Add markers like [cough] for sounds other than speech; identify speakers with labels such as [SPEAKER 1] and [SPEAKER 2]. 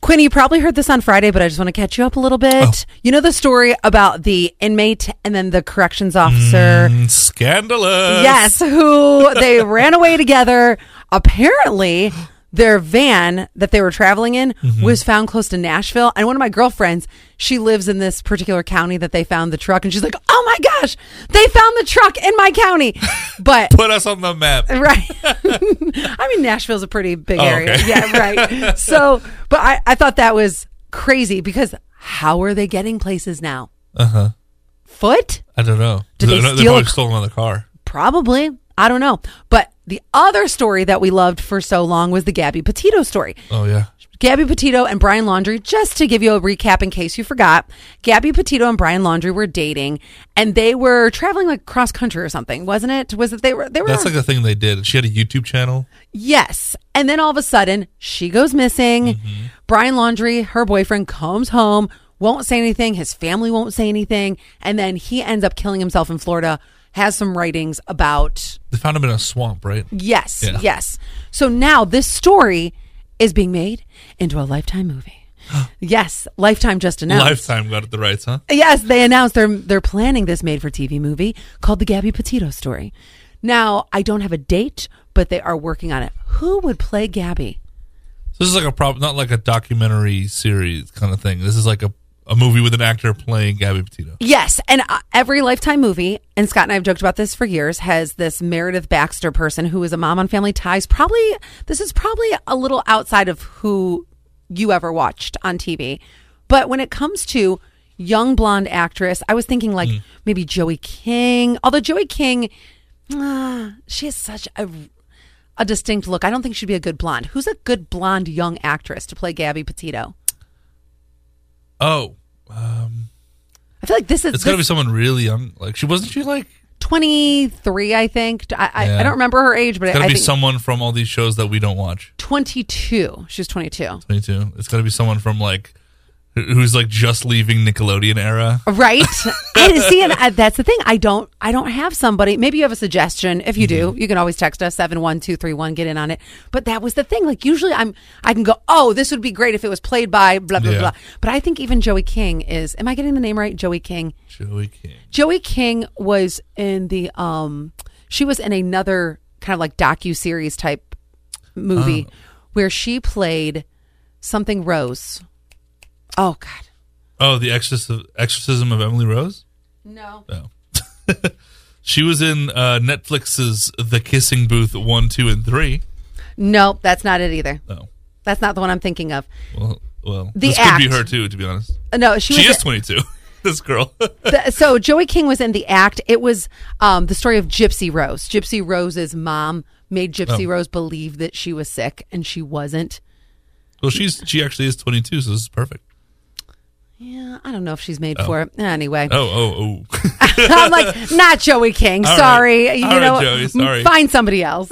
[SPEAKER 1] Quinn, you probably heard this on Friday, but I just want to catch you up a little bit. You know the story about the inmate and then the corrections officer?
[SPEAKER 2] Mm, Scandalous.
[SPEAKER 1] Yes, who they ran away together. Apparently, their van that they were traveling in was found close to Nashville. And one of my girlfriends, she lives in this particular county that they found the truck. And she's like, oh my gosh, they found the truck in my county. But
[SPEAKER 2] Put us on the map.
[SPEAKER 1] Right. [laughs] I mean, Nashville's a pretty big
[SPEAKER 2] Oh,
[SPEAKER 1] area.
[SPEAKER 2] okay.
[SPEAKER 1] Yeah,
[SPEAKER 2] [laughs]
[SPEAKER 1] right. So, but I, I thought that was crazy because how are they getting places now?
[SPEAKER 2] Uh huh.
[SPEAKER 1] Foot?
[SPEAKER 2] I don't know.
[SPEAKER 1] Did they
[SPEAKER 2] They're- they're
[SPEAKER 1] steal a
[SPEAKER 2] probably
[SPEAKER 1] c-
[SPEAKER 2] stole another car.
[SPEAKER 1] Probably. I don't know. But the other story that we loved for so long was the Gabby Petito story.
[SPEAKER 2] Oh yeah.
[SPEAKER 1] Gabby Petito and Brian Laundry, just to give you a recap in case you forgot, Gabby Petito and Brian Laundry were dating and they were traveling like cross country or something, wasn't it? Was it they were they were
[SPEAKER 2] That's like a thing they did. She had a YouTube channel.
[SPEAKER 1] Yes. And then all of a sudden, she goes missing. Brian Laundry, her boyfriend, comes home, won't say anything. His family won't say anything. And then he ends up killing himself in Florida, has some writings about.
[SPEAKER 2] They found him in a swamp, right?
[SPEAKER 1] Yes.
[SPEAKER 2] Yeah.
[SPEAKER 1] Yes. So now this story is being made into a Lifetime movie. yes. Lifetime just announced.
[SPEAKER 2] Lifetime got it the rights, huh?
[SPEAKER 1] Yes, they announced they're they're planning this made for TV movie called The Gabby Petito Story. Now, I don't have a date, but they are working on it. Who would play Gabby?
[SPEAKER 2] So this is like a prop, not like a documentary series kind of thing. This is like a, a movie with an actor playing Gabby Petito.
[SPEAKER 1] Yes, and uh, every Lifetime movie, and Scott and I have joked about this for years, has this Meredith Baxter person who is a mom on Family Ties. Probably this is probably a little outside of who you ever watched on TV, but when it comes to young blonde actress, I was thinking
[SPEAKER 2] Hmm.
[SPEAKER 1] like maybe Joey King. Although Joey King, ah, she has such a a distinct look. I don't think she'd be a good blonde. Who's a good blonde young actress to play Gabby Petito?
[SPEAKER 2] Oh,
[SPEAKER 1] I feel like this is
[SPEAKER 2] it's got to
[SPEAKER 1] this-
[SPEAKER 2] be someone really young. Like she wasn't she like
[SPEAKER 1] 23, I think. I, I, I
[SPEAKER 2] Yeah.
[SPEAKER 1] don't remember her age, but
[SPEAKER 2] it's got
[SPEAKER 1] I
[SPEAKER 2] to be
[SPEAKER 1] think
[SPEAKER 2] someone from all these shows that we don't watch.
[SPEAKER 1] 22. She was 22.
[SPEAKER 2] Me too. It's got to be someone from like who- who's like just leaving Nickelodeon era.
[SPEAKER 1] Right? [laughs] and see, and I, that's the thing. I don't, I don't have somebody. Maybe you have a suggestion. If you
[SPEAKER 2] Mm-hmm.
[SPEAKER 1] do, you can always text us seven one two three one. Get in on it. But that was the thing. Like usually, I'm, I can go. Oh, this would be great if it was played by blah blah
[SPEAKER 2] Yeah.
[SPEAKER 1] blah. But I think even Joey King is. Am I getting the name right? Joey King.
[SPEAKER 2] Joey King.
[SPEAKER 1] Joey King was in the um she was in another kind of like docu series type movie
[SPEAKER 2] Oh.
[SPEAKER 1] where she played something Rose. Oh god.
[SPEAKER 2] Oh, the Exorcist- exorcism of Emily Rose.
[SPEAKER 1] No.
[SPEAKER 2] No, [laughs] she was in uh, Netflix's The Kissing Booth one, two, and three.
[SPEAKER 1] Nope, that's not it either.
[SPEAKER 2] No,
[SPEAKER 1] That's not the one I'm thinking of.
[SPEAKER 2] well, well,
[SPEAKER 1] The
[SPEAKER 2] this could
[SPEAKER 1] act.
[SPEAKER 2] be her too. To be honest,
[SPEAKER 1] Uh, No, she,
[SPEAKER 2] she
[SPEAKER 1] was
[SPEAKER 2] is twenty two. [laughs] this girl.
[SPEAKER 1] the- so Joey King was in the act. It was um, the story of Gypsy Rose. Gypsy Rose's mom made Gypsy
[SPEAKER 2] Oh.
[SPEAKER 1] Rose believe that she was sick and she wasn't.
[SPEAKER 2] well, she's she actually is twenty two, so this is perfect.
[SPEAKER 1] Yeah, I don't know if she's made for it. Anyway.
[SPEAKER 2] Oh, [laughs] oh, oh.
[SPEAKER 1] [laughs] I'm like, not Joey King.
[SPEAKER 2] All
[SPEAKER 1] sorry.
[SPEAKER 2] right.
[SPEAKER 1] You
[SPEAKER 2] All right,
[SPEAKER 1] know,
[SPEAKER 2] Joey,
[SPEAKER 1] m-
[SPEAKER 2] sorry.
[SPEAKER 1] find somebody else.